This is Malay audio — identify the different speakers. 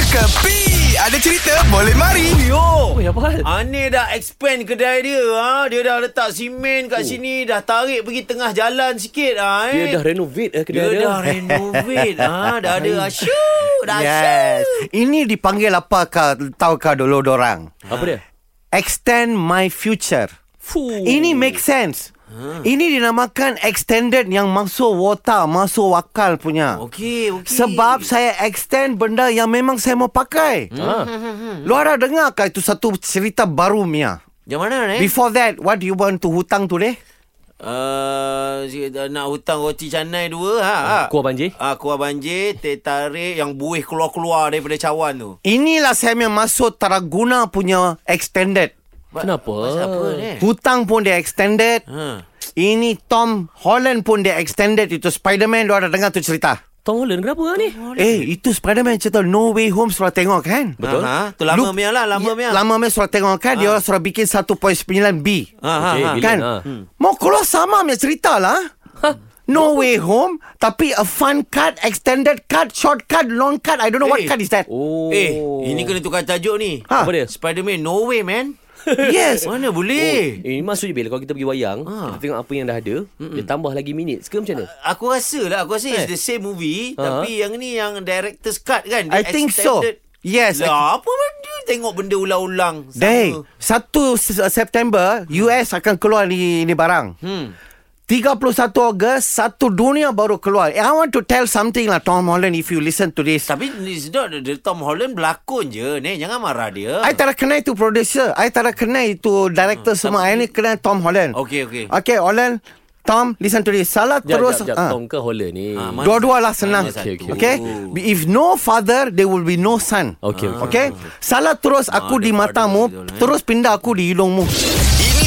Speaker 1: Kepi Ada cerita boleh mari
Speaker 2: Yo
Speaker 3: Oi, apa hal?
Speaker 2: Ani dah expand kedai dia ha. Dia dah letak simen kat oh. sini Dah tarik pergi tengah jalan sikit ha, eh.
Speaker 3: Dia dah renovate eh, kedai
Speaker 2: dia,
Speaker 3: dia.
Speaker 2: dah renovate ha. Dah ada asyuk Dah
Speaker 4: Yes. Ini dipanggil apa kau tahu kau dulu dorang?
Speaker 3: Apa dia?
Speaker 4: Extend my future.
Speaker 3: Fuh.
Speaker 4: Ini make sense. Ini dinamakan extended yang masuk water, masuk wakal punya.
Speaker 2: Okey, okey.
Speaker 4: Sebab saya extend benda yang memang saya mau pakai.
Speaker 2: Hmm. Ah.
Speaker 3: Ha.
Speaker 4: Lu ada dengar kah itu satu cerita baru Mia?
Speaker 2: Macam mana eh?
Speaker 4: Before that, what do you want to hutang today?
Speaker 2: Uh, nak hutang roti canai dua ha. ha.
Speaker 3: Kuah banjir.
Speaker 2: Ah, kuah banjir, teh tarik yang buih keluar-keluar daripada cawan tu.
Speaker 4: Inilah saya punya masuk Tarraguna punya extended.
Speaker 3: Kenapa?
Speaker 2: Pasal apa ni?
Speaker 4: Hutang pun dia extended.
Speaker 2: Ha.
Speaker 4: Ini Tom Holland pun dia extended itu Spider-Man lu ada dengar tu cerita.
Speaker 3: Tom Holland kenapa ni?
Speaker 2: Ah,
Speaker 4: Eh itu Spider-Man cerita No Way Home suruh tengok kan?
Speaker 3: Betul.
Speaker 2: Ha, tu lama
Speaker 4: Lu-
Speaker 2: punya lah, lama
Speaker 4: Ya,
Speaker 2: punya.
Speaker 4: Lama punya suruh tengok kan dia orang suruh bikin 1.9B.
Speaker 2: Ha, ha,
Speaker 3: Okey,
Speaker 2: ha.
Speaker 3: bila-
Speaker 4: Kan?
Speaker 3: ha.
Speaker 4: Mau keluar sama punya cerita lah. No Way Home tapi a fun cut, extended cut, short cut, long cut. I don't know what
Speaker 2: Eh.
Speaker 4: cut is that.
Speaker 3: Oh.
Speaker 2: Eh, ini kena tukar tajuk ni.
Speaker 4: Ha.
Speaker 3: Apa dia?
Speaker 2: Spider-Man, no way man.
Speaker 4: Yes.
Speaker 2: Mana
Speaker 4: Oh.
Speaker 2: boleh?
Speaker 3: Eh, ini maksudnya bila kalau kita pergi wayang,
Speaker 2: Ah.
Speaker 3: ha. kita tengok apa yang dah ada, Mm-mm. dia tambah lagi minit. Sekarang macam mana?
Speaker 2: Aku rasa lah Aku rasa it's
Speaker 4: Eh.
Speaker 2: the same movie
Speaker 3: Ha.
Speaker 2: Tapi yang ni yang director's cut kan
Speaker 4: I think so. Yes,
Speaker 2: lah, Apa benda Tengok benda ulang-ulang sama.
Speaker 4: Day, 1 Se- September US akan keluar ni ni barang.
Speaker 2: Hmm.
Speaker 4: 31 Ogos satu dunia baru keluar. Eh, I want to tell something lah Tom Holland if you listen to this.
Speaker 2: Tapi it's not the Tom Holland berlakon je ni Jangan marah dia
Speaker 4: I tak ada kenal itu producer. I tak ada kenal itu director semua. I ni kenal Tom Holland.
Speaker 2: Okay okay
Speaker 4: Okay, Holland. Tom, listen to this. Salah
Speaker 3: Jap,
Speaker 4: terus.
Speaker 3: jap, jap.
Speaker 4: ah.
Speaker 3: Tom ke Holland ni?
Speaker 2: Ah, mana-
Speaker 4: Dua-dua lah senang.
Speaker 2: Mana
Speaker 3: Okey, okey.
Speaker 2: satu.
Speaker 4: Okay? If no father, there will be no son.
Speaker 3: Okey, okey.
Speaker 4: Okay? Salah terus aku
Speaker 2: Ah,
Speaker 4: di
Speaker 2: dia
Speaker 4: matamu,
Speaker 2: padu betul, eh.
Speaker 4: terus pindah aku di hidungmu.
Speaker 1: Ini